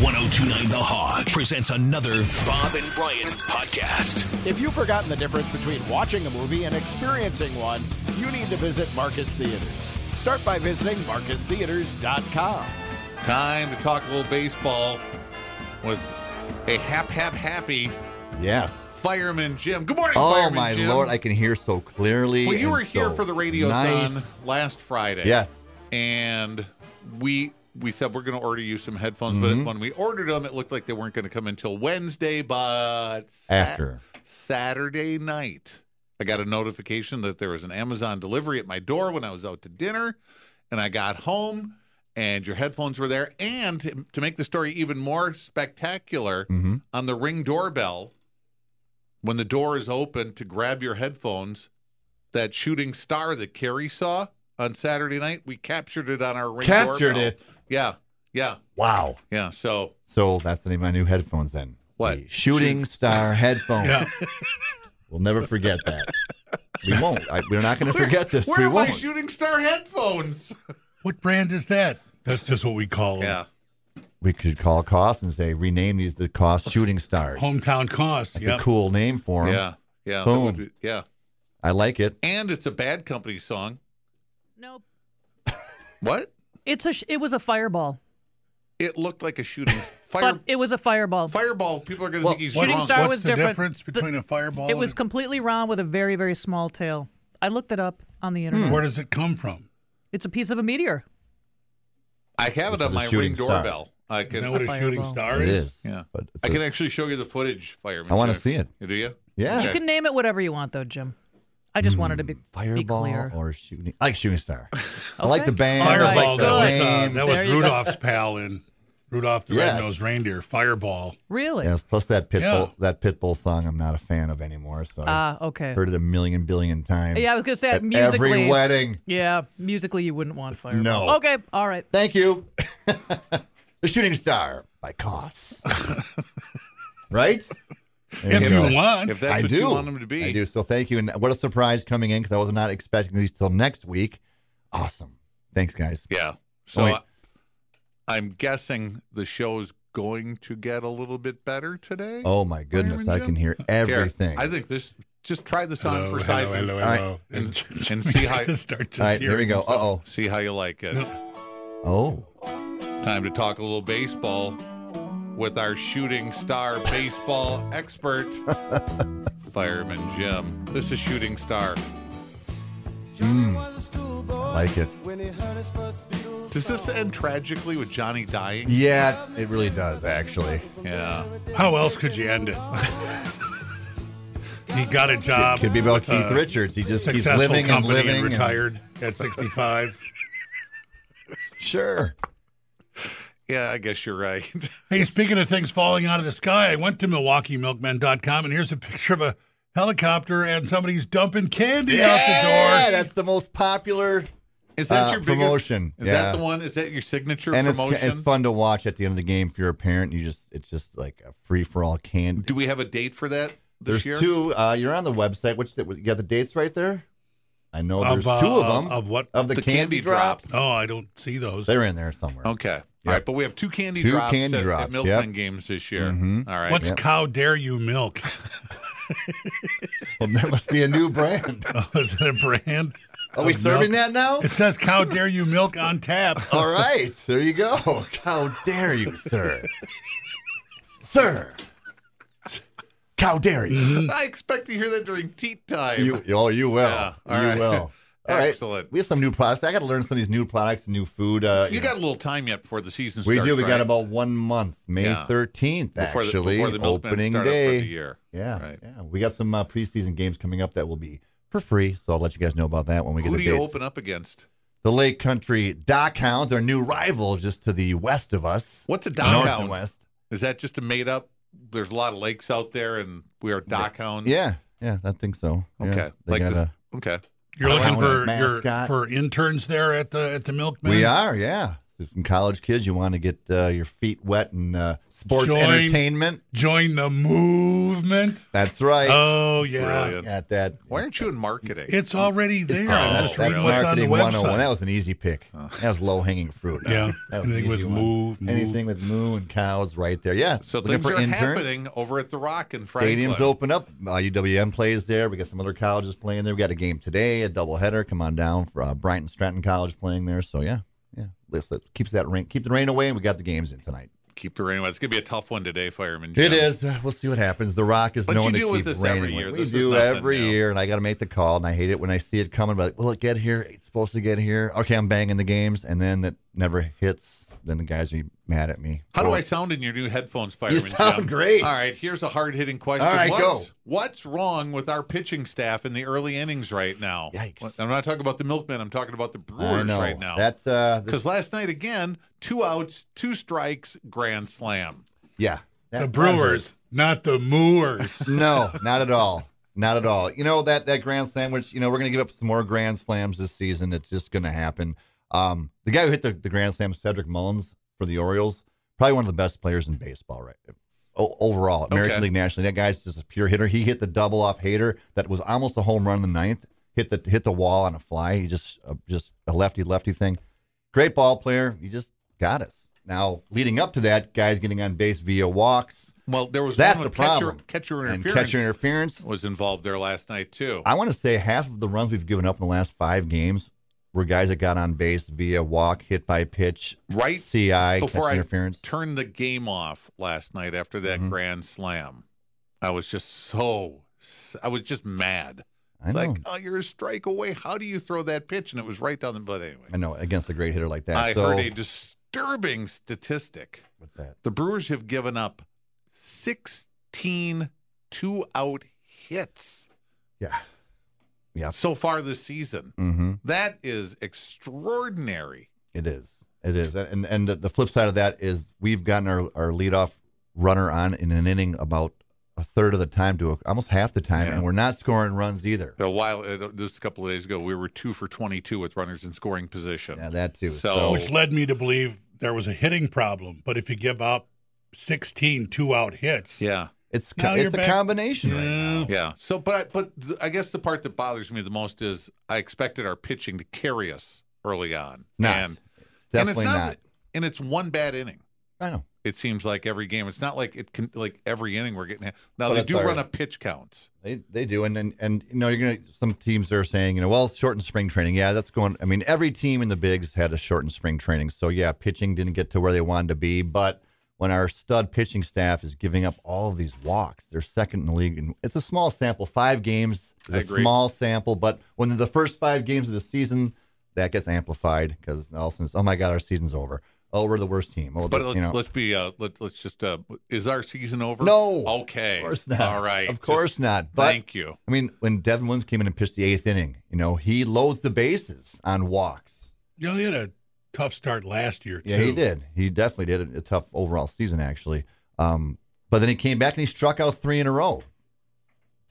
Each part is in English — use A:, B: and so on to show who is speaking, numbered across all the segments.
A: 1029 The Hog presents another Bob and Brian podcast.
B: If you've forgotten the difference between watching a movie and experiencing one, you need to visit Marcus Theaters. Start by visiting marcustheaters.com.
C: Time to talk a little baseball with a hap hap happy
D: Yes.
C: fireman Jim. Good morning,
D: Oh
C: fireman
D: my
C: Jim.
D: lord, I can hear so clearly.
C: well, you
D: and
C: were here
D: so
C: for the radio
D: nice.
C: thon last Friday.
D: Yes.
C: and we we said we're going to order you some headphones,
D: Mm-hmm.
C: but when we ordered them, it looked like they weren't going to come until Wednesday. But Sa-
D: After.
C: Saturday night, I got a notification that there was an Amazon delivery at my door when I was out to dinner, and I got home. And your headphones were there. And to- to make the story even more spectacular,
D: Mhm.
C: on the ring doorbell, when the door is open to grab your headphones, that shooting star that Carrie saw on Saturday night, we captured it on our ring.
D: Captured
C: doorbell.
D: it?
C: Yeah, yeah,
D: Wow.
C: yeah. So
D: So that's the name of my new headphones then.
C: What?
D: The shooting star headphones. We'll never forget that. We won't. I, we're not going to forget this.
C: where
D: we
C: are my
D: won't.
C: shooting star headphones?
E: What brand is that? That's just what we call them.
C: Yeah,
D: we could call Cost and say rename these the Cost Shooting Stars.
E: Hometown cost.
D: That's
E: Yep.
D: a cool name for them.
C: yeah, yeah. that
D: Boom.
C: would be- yeah,
D: I like it.
C: and it's a Bad Company song.
F: Nope.
C: What?
F: It's a. Sh- it was a fireball,
C: It looked like a shooting fire
F: but it was a fireball.
C: fireball. People are going to
D: Well,
C: think he's
E: What-
F: Shooting
C: drunk.
F: star
E: what's
F: was
E: the
F: different.
E: difference
F: The-
E: between a fireball
F: it was
E: and
F: completely round with a very very small tail. I looked it up on the
E: a,
D: Hmm.
F: internet.
E: where does it come from?
F: It's a piece of a meteor.
C: I have it
D: This
C: on
D: is a
C: my
D: shooting
C: ring
D: star.
C: doorbell. I
E: Is
C: can.
E: that what a
F: It's a
E: shooting
F: fireball.
E: star
D: It is.
C: yeah,
D: But it's
C: I
D: a-
C: can actually show you the footage, fireman.
D: I wanna
C: Jeff.
D: see it.
C: Do you?
D: yeah.
C: Okay.
F: You can name it whatever you want, though, Jim. I just wanted to be Be
D: Fireball
F: clear.
D: or shooting. I like shooting star. I like the band. I
E: Fireball.
D: like the
E: That was, uh,
D: name.
E: that was
F: There you go.
E: Rudolph's pal in Rudolph the
D: Yes.
E: Red-Nosed Reindeer. Fireball.
F: really?
D: Yes, plus that Pitbull
E: Yeah.
D: that Pitbull song I'm not a fan of anymore. So I
F: Ah, okay.
D: heard it a million billion times.
F: Yeah, I was gonna say
D: at
F: musically.
D: every wedding.
F: Yeah, musically you wouldn't want fireball.
D: No.
F: Okay, all right.
D: Thank you. the Shooting Star by Koss. right? There
E: If
D: go.
E: you want.
C: If that's
D: I
C: what
D: do
C: you want them to be,
D: I do. So thank you, and what a surprise coming in because I was not expecting these till next week. Awesome. Thanks, guys.
C: Yeah. So
D: Wait.
C: I, I'm guessing the show's going to get a little bit better today.
D: Oh my goodness,
C: Fireman
D: I
C: Jim?
D: can hear
C: Here,
D: everything.
C: I think this. Just try this on
E: hello,
C: for
E: hello,
C: size and-
E: hello,
D: All right.
E: hello.
C: And- and see how-
E: He's gonna start to
D: All right, here
E: hear
D: we go. Uh oh.
E: himself.
C: see how you like it.
D: Oh.
C: Time to talk a little baseball with our shooting star baseball expert, Fireman Jim. This is Shooting Star.
D: I like it.
C: Does this end tragically with Johnny dying?
D: Yeah, it really does actually.
C: Yeah.
E: How else could you end it? he got a job.
D: Could be about
E: Uh, with
D: Keith
E: a
D: Richards. He just keeps
E: Successful
D: living and
E: company
D: living. and-
E: retired at 65.
D: Sure.
C: Yeah, I guess you're right.
E: Hey, speaking of things falling out of the sky, I went to MilwaukeeMilkmen.com and here's a picture of a helicopter and somebody's dumping candy out
D: Yeah,
E: the door.
D: that's the most popular,
C: Is that
D: Uh,
C: your biggest,
D: promotion,
C: Is
D: yeah.
C: that the one? Is that your signature
D: and it's,
C: promotion?
D: it's fun to watch at the end of the game if you're a parent. You just it's just like a free for all candy.
C: Do we have a date for that this
D: there's
C: year?
D: two. Uh, you're on the website. Which you got the dates right there? I know there's
E: uh,
D: two of them
E: Of what?
D: of the,
C: The
D: candy,
C: candy
D: drops.
E: Oh, I don't see those.
D: They're in there somewhere.
C: Okay. All right, but we have two candy
D: Two
C: drops
D: candy
C: at, at
D: drops,
C: Milkman
D: yep.
C: games this year.
D: Mhm.
C: All right.
E: What's Cow Dare You Milk?
D: Well, there must be a new brand.
E: Oh, Is that a brand?
D: Are we
E: of
D: serving that
E: milk?
D: now?
E: It says Cow Dare You Milk on tap.
D: All right, there you go. Oh, How dare you, sir? sir, how dare you?
E: Mm-hmm.
C: I expect to hear that during teat time.
D: You, oh, you will.
C: Yeah, all
D: you
C: right.
D: will. All right.
C: Excellent.
D: We have some new products. I got to learn some of these new products, new food. Uh,
C: You
D: know.
C: got a little time yet before the season
D: We
C: starts.
D: do. We
C: right?
D: got about one month, May
C: Yeah.
D: thirteenth,
C: before the,
D: actually,
C: before the Milkmen
D: opening
C: start up
D: day.
C: for the year.
D: Yeah,
C: Right.
D: yeah. We got some uh, preseason games coming up that will be for free. So I'll let you guys know about that when we get
C: Who
D: the
C: do you
D: dates.
C: open up against?
D: The Lake Country Dock Hounds, our new rivals, just to the west of us.
C: What's a
D: North
C: dock
D: and
C: hound?
D: west.
C: Is that just a made up? There's a lot of lakes out there, and we are dock hounds.
D: Yeah, yeah. I think so. Yeah,
C: Okay.
D: they
C: like
D: got
C: this.
D: a-
C: Okay.
E: You're
D: I
E: looking
D: want a
E: for your
D: mascot.
E: for interns there at the at the Milkman.
D: we are. Yeah. Some college kids, you want to get uh, your feet wet in uh, sports
E: Join-
D: entertainment.
E: Join the movement.
D: That's right.
E: Oh yeah,
C: Brilliant.
D: At that.
C: Why aren't you in marketing?
E: it's already there.
D: Oh,
E: I'm just reading what's on the
D: marketing 101. That
E: website. Oh.
D: was an easy pick. That was low hanging fruit.
E: Yeah.
D: That was an
E: Anything with
D: easy one.
E: moo, moo.
D: Anything with moo and cows, right there. Yeah.
C: so
D: Looking
C: things
D: for
C: are
D: interns.
C: happening over at the Rock in Franklin.
D: Stadiums open up. Uh, UWM plays there. We got some other colleges playing there. We got a game today, a doubleheader. Come on down for uh, Brighton Stratton College playing there. So yeah, yeah. Let's, let keeps that rain, keep the rain away, and we got the games in tonight.
C: Keep the rain away. It's gonna be a tough one today, Fireman.
D: It
C: Jim.
D: is. Uh, We'll see what happens. The Rock is
C: But
D: known
C: you
D: to
C: deal
D: keep
C: with this
D: raining.
C: every year.
D: We
C: This is
D: do
C: nothing
D: every
C: new.
D: year, and I got to make the call, and I hate it when I see it coming. But like, will it get here? It's supposed to get here. Okay, I'm banging the games, and then it never hits. Then the guys are mad at me.
C: How do
D: Or-
C: I sound in your new headphones, Fireman?
D: sound
C: Jim?
D: great.
C: All right, here's a hard hitting question.
D: All right,
C: what's,
D: go.
C: What's wrong with our pitching staff in the early innings right now?
D: Yikes.
C: What- I'm not talking about the milkmen. I'm talking about the
D: I
C: Brewers
D: know
C: right now.
D: That's uh, this-
C: because last night again, two outs, two strikes, grand slam.
D: yeah. That- that
E: The
D: hurts.
E: Brewers, not the Moors.
D: no, not at all. Not at all. You know that that grand slam, which you know we're going to give up some more grand slams this season. It's just going to happen. Um, the guy who hit the, the grand slam, Cedric Mullins for the Orioles, probably one of the best players in baseball, right? O- overall, American
C: Okay.
D: League National. League. That guy's just a pure hitter. He hit the double off Hater that was almost a home run in the ninth. Hit the hit the wall on a fly. He just uh, just a lefty lefty thing. Great ball player. He just got us. Now leading up to that, guys getting on base via walks.
C: Well, there was
D: That's
C: one
D: the
C: with catcher,
D: problem.
C: catcher
D: And
C: interference
D: catcher interference.
C: was involved there last night too.
D: I want to say half of the runs we've given up in the last five games were guys that got on base via walk, hit by pitch,
C: Right
D: CI,
C: Before
D: catch
C: I
D: interference.
C: turned the game off last night after that
D: Mm-hmm.
C: grand slam, I was just so I was just mad.
D: I
C: It's
D: know.
C: like, oh, you're a strike away. How do you throw that pitch? And it was right down the. But anyway,
D: I know against a great hitter like that.
C: I
D: so,
C: heard a disturbing statistic.
D: what's that?
C: The Brewers have given up 16 two out hits
D: Yeah, Yeah.
C: so far this season.
D: mm-hmm.
C: That is extraordinary.
D: it is. It is. And and the flip side of that is we've gotten our our leadoff runner on in an inning about a third of the time to almost half the time,
C: Yeah.
D: and we're not scoring runs either.
C: A while, uh, just a couple of days ago, we were two for 22 with runners in scoring position.
D: Yeah, that too.
C: So-
E: which led me to believe there was a hitting problem. But if you give up 16 two out hits,
C: Yeah.
D: it's co-
E: Now you're
D: it's a
E: back-
D: combination right now.
E: yeah,
C: Yeah. So, but but th- I guess the part that bothers me the most is I expected our pitching to carry us early on.
D: Not.
C: And,
D: It's
C: and it's
D: definitely
C: not.
D: not.
C: And it's one bad inning.
D: I know.
C: It seems like every game. It's not like it can like every inning we're getting. Now
D: Well,
C: they
D: that's
C: do
D: all
C: run
D: right.
C: up pitch counts.
D: They they do, and and, and you know you're gonna some teams are saying you know well shortened spring training. Yeah, that's going. I mean every team in the bigs had a shortened spring training. So yeah, pitching didn't get to where they wanted to be, but when our stud pitching staff is giving up all of these walks, they're second in the league, and it's a small sample. Five games is
C: I
D: a
C: agree.
D: small sample, but when they're the first five games of the season, that gets amplified because all of a sudden, it's, oh my god, our season's over. Oh, we're the worst team. Oh,
C: But
D: the-
C: let's,
D: you know,
C: let's be uh, let, let's just uh, is our season over?
D: No.
C: Okay.
D: of course not.
C: All right.
D: of
C: Just
D: course not. But
C: thank you.
D: I mean, when Devin Williams came in and pitched the eighth inning, you know, he loads the bases on walks.
E: you know, he had a tough start last year.
D: Yeah,
E: too.
D: he did. He definitely did a, a tough overall season, actually. Um, but then he came back and he struck out three in a row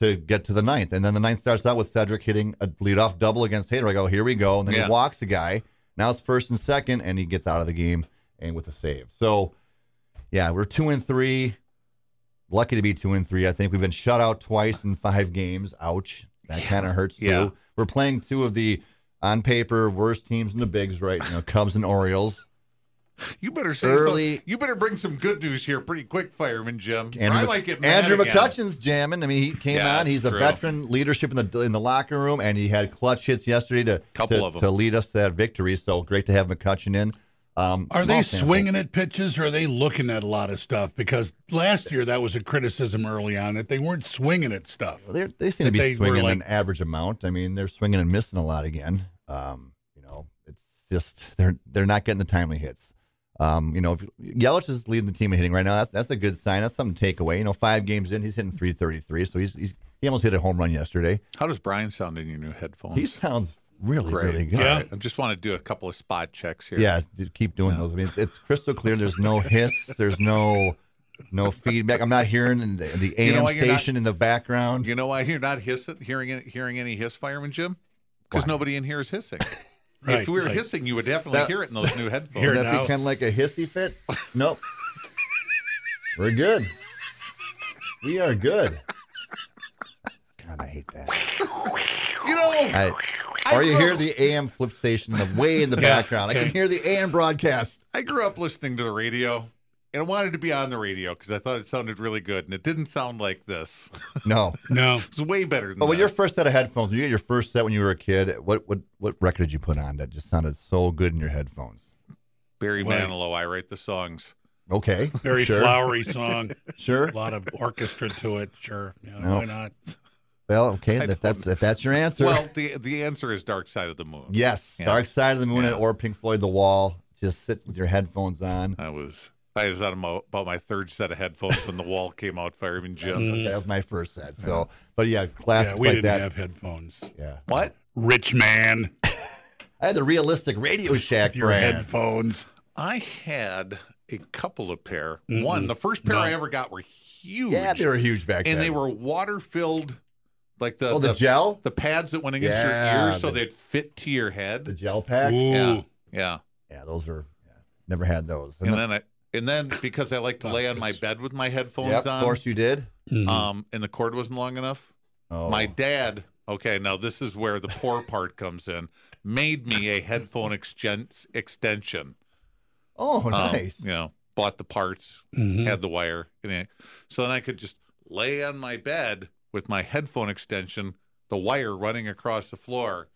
D: to get to the ninth. And then the ninth starts out with Cedric hitting a leadoff double against Hader. I go, here we go. And then
C: Yeah.
D: he walks a guy. Now it's first and second, and he gets out of the game and with a save. So, yeah, we're two and three. Lucky to be two and three. I think we've been shut out twice in five games. Ouch. That kind of hurts too.
C: Yeah.
D: We're playing two of the on paper worst teams in the bigs right now, Cubs and Orioles.
C: You better say
D: Early-
C: some- You better bring some good news here pretty quick, Fireman Jim. or I
D: Mc-
C: might get mad
D: Andrew
C: again.
D: McCutcheon's jamming. I mean, he came
C: Yeah,
D: on. He's the
C: true.
D: veteran leadership in the in the locker room, and he had clutch hits yesterday to
C: Couple
D: to,
C: of 'em.
D: to lead us to that victory. So great to have McCutcheon in. Um,
E: Are
D: small
E: they
D: sample.
E: swinging at pitches or are they looking at a lot of stuff? Because last year that was a criticism early on that they weren't swinging at stuff.
D: They're, they seem to be
E: They were
D: swinging
E: like-
D: an average amount. I mean, they're swinging and missing a lot again. Um, you know, it's just they're they're not getting the timely hits. Um, you know, if, Yelich is leading the team in hitting right now. That's that's a good sign. That's something to take away. You know, five games in, he's hitting 333. So he's, he's he almost hit a home run yesterday.
C: How does Brian sound in your new headphones?
D: He sounds really
C: Great.
D: really good.
E: Yeah.
C: I just want to do a couple of spot checks here.
D: Yeah, d- keep doing those. I mean, it's, it's crystal clear. There's no hiss. There's no no feedback. I'm not hearing the, the
C: You
D: AM
C: know why you're not-
D: station in the background.
C: You know why you're not hissing, hearing any, hearing any hiss, Fireman Jim? Because
D: Why?
C: nobody in here is hissing.
E: Right,
C: if we were
E: right.
C: hissing, you would definitely
D: That-
C: hear it in those new
E: Hear
C: headphones.
E: it.
D: That'd be
E: now.
D: kind of like a hissy fit. Nope. We're good. We are good. God, I hate that.
C: You know,
D: I, or you hear the AM flip station in the way in the background. I can hear the AM broadcast.
C: I grew up listening to the radio and I wanted to be on the radio because I thought it sounded really good and it didn't sound like this.
D: No.
E: No.
C: It's way better than
D: But when
C: this.
D: Oh, your first set of headphones, when you get your first set when you were a kid, what what what record did you put on that just sounded so good in your headphones?
C: Barry
E: Right.
C: Manilow, I write the songs.
D: Okay.
E: Very
D: sure.
E: flowery song.
D: Sure.
E: A lot of orchestra to it. Sure. Yeah,
D: No.
E: Why not?
D: Well, okay.
C: I
D: If that's if that's your answer.
C: Well, the the answer is Dark Side of the Moon.
D: yes.
C: Yeah.
D: Dark Side of the Moon
C: Yeah.
D: or Pink Floyd The Wall. Just sit with your headphones on.
C: I was I was on my, about my third set of headphones when the wall came out, Fireman Jim.
D: That was my first set. So, but yeah,
E: Yeah,
D: classics
E: we
D: like
E: didn't
D: that.
E: have headphones.
D: yeah.
C: What?
E: Rich man,
D: I had the realistic Radio Shack
E: your
D: brand.
E: headphones.
C: I had a couple of pair. One, the first pair
E: No.
C: I ever got were huge.
D: Yeah, they were huge back then.
C: and they were water filled like the
D: oh the, gel,
C: the pads that went against
D: Yeah,
C: your ears so
D: the-
C: they'd fit to your
D: the
C: head.
D: gel packs.
E: Ooh.
C: Yeah. Yeah.
D: Yeah, those are. Yeah, never had those.
C: And then I and then because I like to lay on my bed with my headphones
D: yep, of
C: on,
D: course you did.
C: um, and the cord wasn't long enough.
D: Oh,
C: My dad, okay, now this is where the poor part comes in, made me a headphone exgen- extension.
D: oh
C: Um,
D: nice.
C: You know, bought the parts,
E: Mm-hmm.
D: Mm-hmm.
C: had the wire, and it, so then I could just lay on my bed with my headphone extension, the wire running across the floor,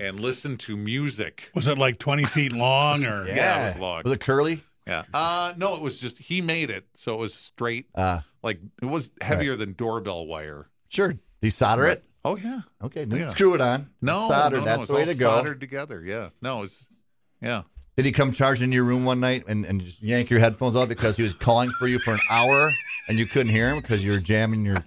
C: and listen to music.
E: Was it like 20 feet long or?
C: Yeah, it was long.
D: Was it curly?
C: Yeah. Uh, no, it was just he made it, so it was straight.
D: Uh,
C: Like it was heavier than doorbell wire.
D: sure. Desolder it.
C: Oh yeah.
D: Okay, then
C: Yeah.
D: screw it on.
C: No,
D: solder.
C: no, no,
D: that's
C: it's
D: the way
C: all
D: to go.
C: Soldered together. Yeah. No, it's yeah.
D: Did he come charging into your room one night and, and just yank your headphones out because he was calling for you for an hour and you couldn't hear him because you were jamming your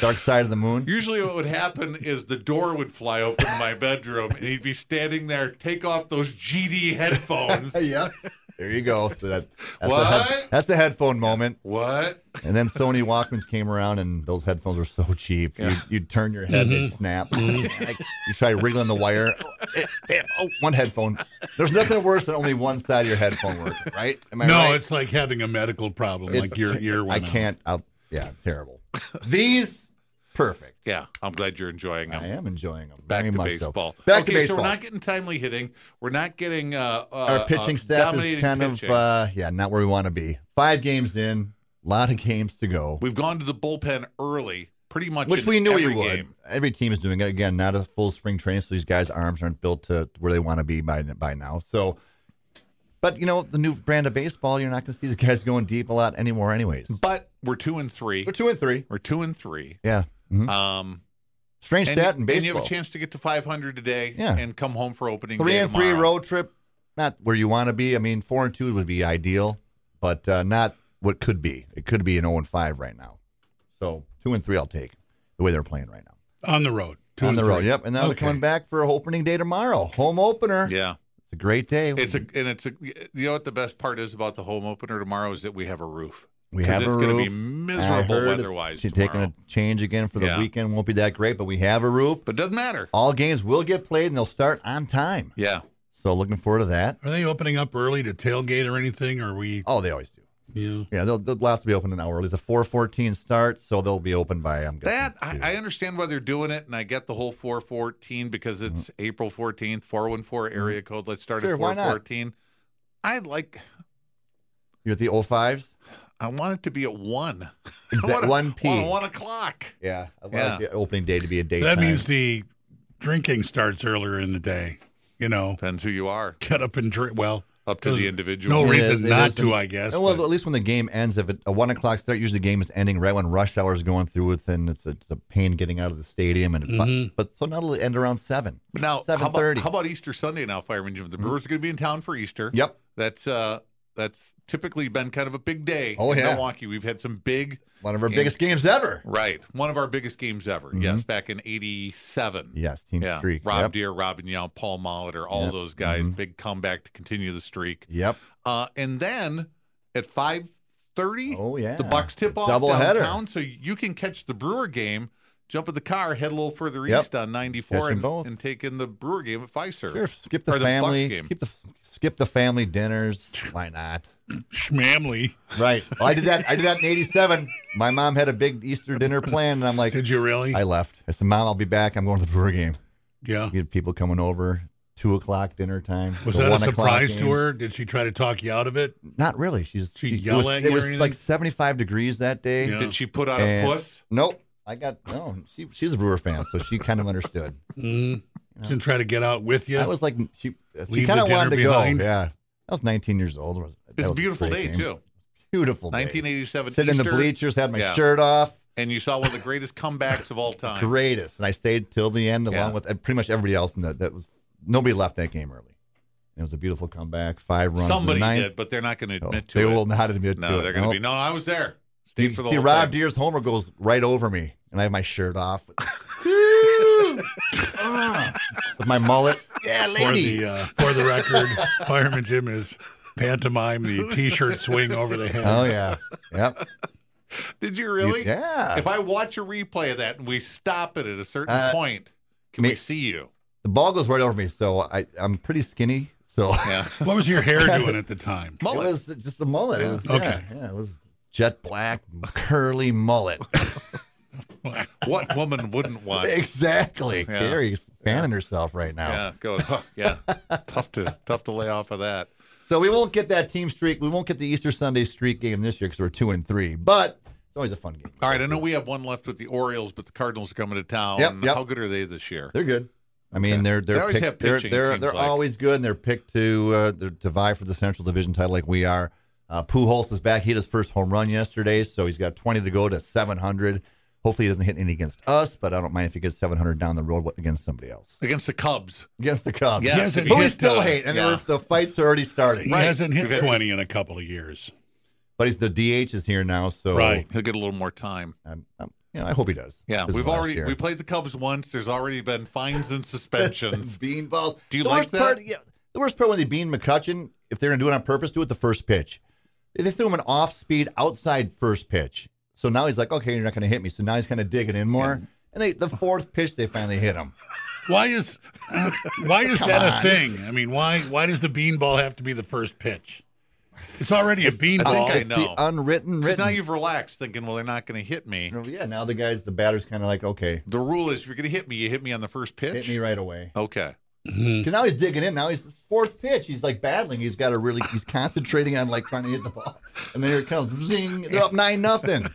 D: dark side of the moon?
C: Usually, what would happen is the door would fly open in my bedroom, and he'd be standing there. Take off those GD headphones.
D: yeah. There you go. So that, that's, A
C: What?
D: head, that's a headphone moment.
C: What?
D: And then Sony Walkmans came around, and those headphones were so cheap. You'd, you'd turn your head, they'd snap. Like, you try wriggling the wire. Oh, eh, bam. Oh, one headphone. There's nothing worse than only one side of your headphone working, right? Am I
E: No,
D: right?
E: it's like having a medical problem, like your ear
D: I
E: went out.
D: can't. I'll, yeah, terrible. These, perfect.
C: Yeah, I'm glad you're enjoying
D: I
C: them.
D: am enjoying them.
C: Back
D: very
C: to
D: much so.
C: baseball.
D: Back
C: okay,
D: to
C: so
D: baseball.
C: we're not getting timely hitting. We're not getting uh, uh,
D: Our pitching
C: uh,
D: staff is
C: dominating
D: kind
C: pitching.
D: of, uh, yeah, not where we want to be. Five games in, a lot of games to go.
C: We've gone to the bullpen early, pretty much.
D: which
C: in
D: we knew
C: every
D: you would.
C: game.
D: Every team is doing it again. Not a full spring training, so these guys' arms aren't built to where they want to be by by now. So, but you know, the new brand of baseball, you're not going to see these guys going deep a lot anymore, anyways.
C: But we're two and three.
D: They're two and three.
C: We're two and three.
D: Yeah, Mhm.
C: Um,
D: strange
C: and,
D: stat in
C: and
D: baseball.
C: you have a chance to get to 500 today
D: Yeah.
C: and come home for opening
D: three
C: day
D: and three
C: tomorrow.
D: road trip, not where you want to be. I mean, four and two would be ideal, but uh, not what could be. It could be an zero and five right now. So two and three, I'll take the way they're playing right now
E: On the road. Two
D: on
E: and
D: the road.
E: three.
D: Yep, and now they're
E: Okay.
D: coming back for opening day tomorrow, home opener.
C: Yeah,
D: It's a great day.
C: it's a and it's a. You know what the best part is about the home opener tomorrow is that we have a roof.
D: We
C: 'Cause
D: have
C: it's
D: a
C: gonna
D: roof.
C: be miserable
D: I heard it's-
C: weather-wise
D: She's
C: tomorrow.
D: taking a change again for the
C: Yeah.
D: weekend. Won't be that great, but we have a roof.
C: But it doesn't matter.
D: All games will get played and they'll start on time.
C: Yeah,
D: So looking forward to that.
E: Are they opening up early to tailgate or anything? Or are we,
D: Oh, they always do.
E: you know?
D: Yeah, they'll, they'll lots will be open an hour early. It's a four fourteen start, so they'll be open by I'm guessing.
C: that I, I understand why they're doing it, and I get the whole 414 because it's April 14th, 414 area code. Let's start
D: Mm-hmm. Sure,
C: at
D: why not?
C: 414. I like.
D: You're at the 05s?
C: I want it to be at one.
D: Exact-
C: I want
D: 1 p.
C: I want One o'clock.
D: Yeah. I want
C: Yeah.
D: the opening day to be a day.
E: That means the drinking starts earlier in the day, you know?
C: Depends who you are.
E: Get up and drink. Well,
C: Up to the
E: Doesn't-
C: individual.
E: no
D: It
E: reason
D: is, it
E: not
D: is.
E: to, I guess.
D: well,
E: but-
D: at least when the game ends, if it, a one o'clock start, usually the game is ending right when rush hour is going through. Within it's a, it's a pain getting out of the stadium, and
C: Mm-hmm.
D: but, but so now it'll end around seven.
C: But now, how
D: seven
C: about,
D: thirty. Mm-hmm.
C: how about Easter Sunday now, Fireman Jim? The Brewers are going to be in town for Easter.
D: Yep.
C: That's uh, that's typically been kind of a big day
D: Oh,
C: in
D: yeah.
C: Milwaukee. We've had some big,
D: One of our biggest games ever.
C: right, one of our biggest games ever. Yes, back in 87.
D: Yes, Team
C: Yeah.
D: Mm-hmm. Streak.
C: Rob
D: yep.
C: Deere, Robin Young, Paul Molitor, all
D: Yep. Mm-hmm.
C: those guys. Big comeback to continue the streak.
D: Yep.
C: Uh, and then at 5.30,
D: Oh, yeah.
C: the Bucks tip off
D: Doubleheader.
C: downtown. So you can catch the Brewer game jump in the car, head a little further
D: Yep.
C: east on
D: Catch 'em
C: 94 and,
D: both.
C: and take in the Brewer game at Fiserv.
D: Sure, skip the
C: or the
D: family.
C: Bucks game.
D: Keep the skip the family dinners. Why not?
E: Schmamly.
D: Right. Well, I did that. I did that in '87. My mom had a big Easter dinner planned, and I'm like,
E: Did you really?
D: I left. I said, Mom, I'll be back. I'm going to the Brewer game.
E: yeah.
D: You had people coming over, two o'clock dinner time.
E: Was
D: the
E: that a
D: one o'clock
E: surprise to
D: game.
E: her? Did she try to talk you out of it?
D: Not really. She's
E: She
D: it
E: yell
D: was-
E: at you
D: It
E: or
D: was
E: anything?
D: like 75 degrees that day.
E: Yeah.
C: Did she put on
D: And-
C: a puss?
D: Nope. I got no. She, she's a Brewer fan, so she kind of understood.
E: Mm. Didn't try to get out with you.
D: I was like, she, she
E: Leave
D: kind
E: the
D: of
E: dinner
D: wanted to
E: behind.
D: go. Yeah, I was 19 years old. It was- that
C: It's
D: was
C: a beautiful
D: great
C: day,
D: game.
C: too.
D: Beautiful. day.
C: 1987
D: Sitting in the
C: Easter,
D: bleachers, had my
C: Yeah.
D: shirt off.
C: and you saw one of the greatest comebacks of all time.
D: Greatest, and I stayed till the end along
C: Yeah.
D: with uh, pretty much everybody else. And that, that was nobody left that game early. It was a beautiful comeback, five runs. in the
C: Somebody
D: ninth.
C: did, but they're not going to
D: No,
C: admit to
D: they
C: it.
D: will not admit to
C: no,
D: it.
C: they're going to
D: Nope.
C: be. No, I was there.
D: You
C: Stayed for the
D: see,
C: whole
D: Rob
C: thing.
D: Deere's homer goes right over me, and I have my shirt off with, with my mullet. Yeah,
E: for the uh, for the record, Fireman Jim is pantomime the t-shirt swing over the head.
D: oh yeah, yep.
C: Did you really?
D: yeah.
C: If I watch a replay of that and we stop it at a certain
D: Uh,
C: point, can
D: me-
C: we see you?
D: The ball goes right over me, so I I'm pretty skinny. So
C: Yeah.
E: What was your hair doing at the time?
D: it
C: Mullet.
D: was just the mullet. It was,
E: Okay.
D: yeah, yeah, it was jet black curly mullet.
C: what woman wouldn't want?
D: exactly.
C: Yeah.
D: Carrie's fanning herself right now.
C: Yeah, go. Yeah, tough to tough to lay off of that.
D: So we won't get that team streak. We won't get the Easter Sunday streak game this year because we're two and three. But it's always a fun game.
C: All right, I know we have one left with the Orioles, but the Cardinals are coming to town.
D: Yep, yep.
C: How good are they this year?
D: They're good. I mean, they're they're
C: They always
D: picked-
C: have
D: they're
C: pitching, it
D: they're,
C: seems
D: they're
C: like.
D: always good, and they're picked to uh, they're to vie for the Central Division title like we are. Uh, Pujols is back. He hit his first home run yesterday, so he's got 20 to go to 700. Hopefully, he doesn't hit any against us, but I don't mind if he gets 700 down the road what- against somebody else.
C: Against the Cubs.
D: Against the Cubs,
C: Yes, Yes, if
D: who
C: you
D: we
C: hit,
D: still
C: uh,
D: hate, and
C: yeah.
D: they're- the fights are already starting.
E: He hasn't hit 20 in a couple of years.
D: But he's the DH is here now, so
E: Right.
C: He'll get a little more time.
D: I'm, I'm, you know, I hope he does.
C: Yeah,
D: This is
C: we've
D: last
C: already
D: year.
C: we played the Cubs once. There's already been fines and suspensions.
D: bean balls.
C: Do you
D: the
C: like
D: worst Part,
C: that?
D: yeah, the worst part when they bean McCutcheon, if they're going to do it on purpose, do it the first pitch. They threw him an off speed outside first pitch. So now he's like, okay, you're not going to hit me. So now he's kind of digging in more. And they, the fourth pitch, they finally hit him.
E: Why is why is that
D: on.
E: a thing? I mean, why why does the beanball have to be the first pitch? It's already a beanball.
C: I
D: It's the
C: know.
D: unwritten,
C: Because
D: written.
C: now you've relaxed, thinking, well, they're not going to hit me.
D: Oh, yeah, now the guys, the batter's kind of like, okay,
C: The rule is, if you're going to hit me, you hit me on the first pitch.
D: hit me right away.
C: Okay.
D: Because now he's digging in. Now he's fourth pitch. He's like battling. He's got to really. He's concentrating on like trying to hit the ball. And then here it comes. Zing! They're up nine nothing.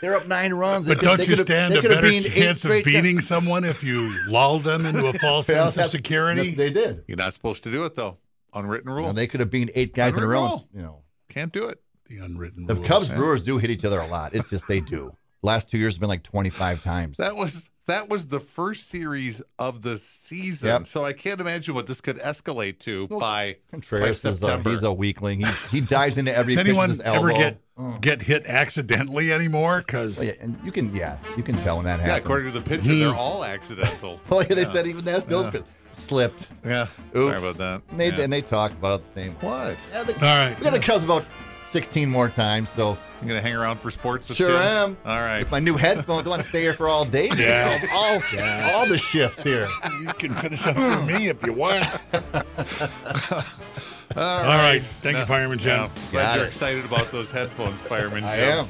D: They're up nine runs. They
E: But
D: could-
E: don't
D: they
E: you
D: could have-
E: stand
D: they
E: a
D: could have
E: better
D: beaned eight
E: chance of
D: straight times.
E: beating someone if you lull them into a false
D: They
E: sense
D: also
E: of
D: have-
E: security?
D: yes, They did.
C: You're not supposed to do it though. Unwritten rule.
D: And they could have beaned eight guys in a
C: Unwritten
D: row.
C: rule.
D: You know,
C: Can't do it.
E: the unwritten
D: the
E: rules.
D: Cubs Brewers do hit each other a lot. It's just they do. Last two years have been like twenty five times.
C: That was that was the first series of the season.
D: Yep.
C: So I can't imagine what this could escalate to by, by
D: Contreras is a,
C: September.
D: he's a weakling. He he dives into every.
E: Does
D: pitch with
E: anyone
D: his elbow.
E: ever get get hit accidentally anymore? Because
D: Oh, yeah, and you can yeah you can tell when that
C: yeah,
D: happens.
C: according to the picture, they're all accidental.
D: Oh, yeah, they said even that's those pit- slipped.
C: Yeah.
D: Oops.
C: Sorry about that.
D: And they,
C: Yeah.
D: and they talk about it the same.
C: what?
D: Yeah, they-
E: All right.
D: We got the Cubs about 16 more times, so
C: You gonna hang around for sports? With
D: sure
C: Tim?
D: am.
C: All right.
D: With my new headphones, I want to stay here for all day.
E: Yes.
D: All, all the shifts here.
E: you can finish up for me if you want. All right. Thank you, Fireman Jim.
C: Yeah. Glad
D: Got
C: you're
D: it.
C: excited about those headphones, Fireman Jim.
D: I am.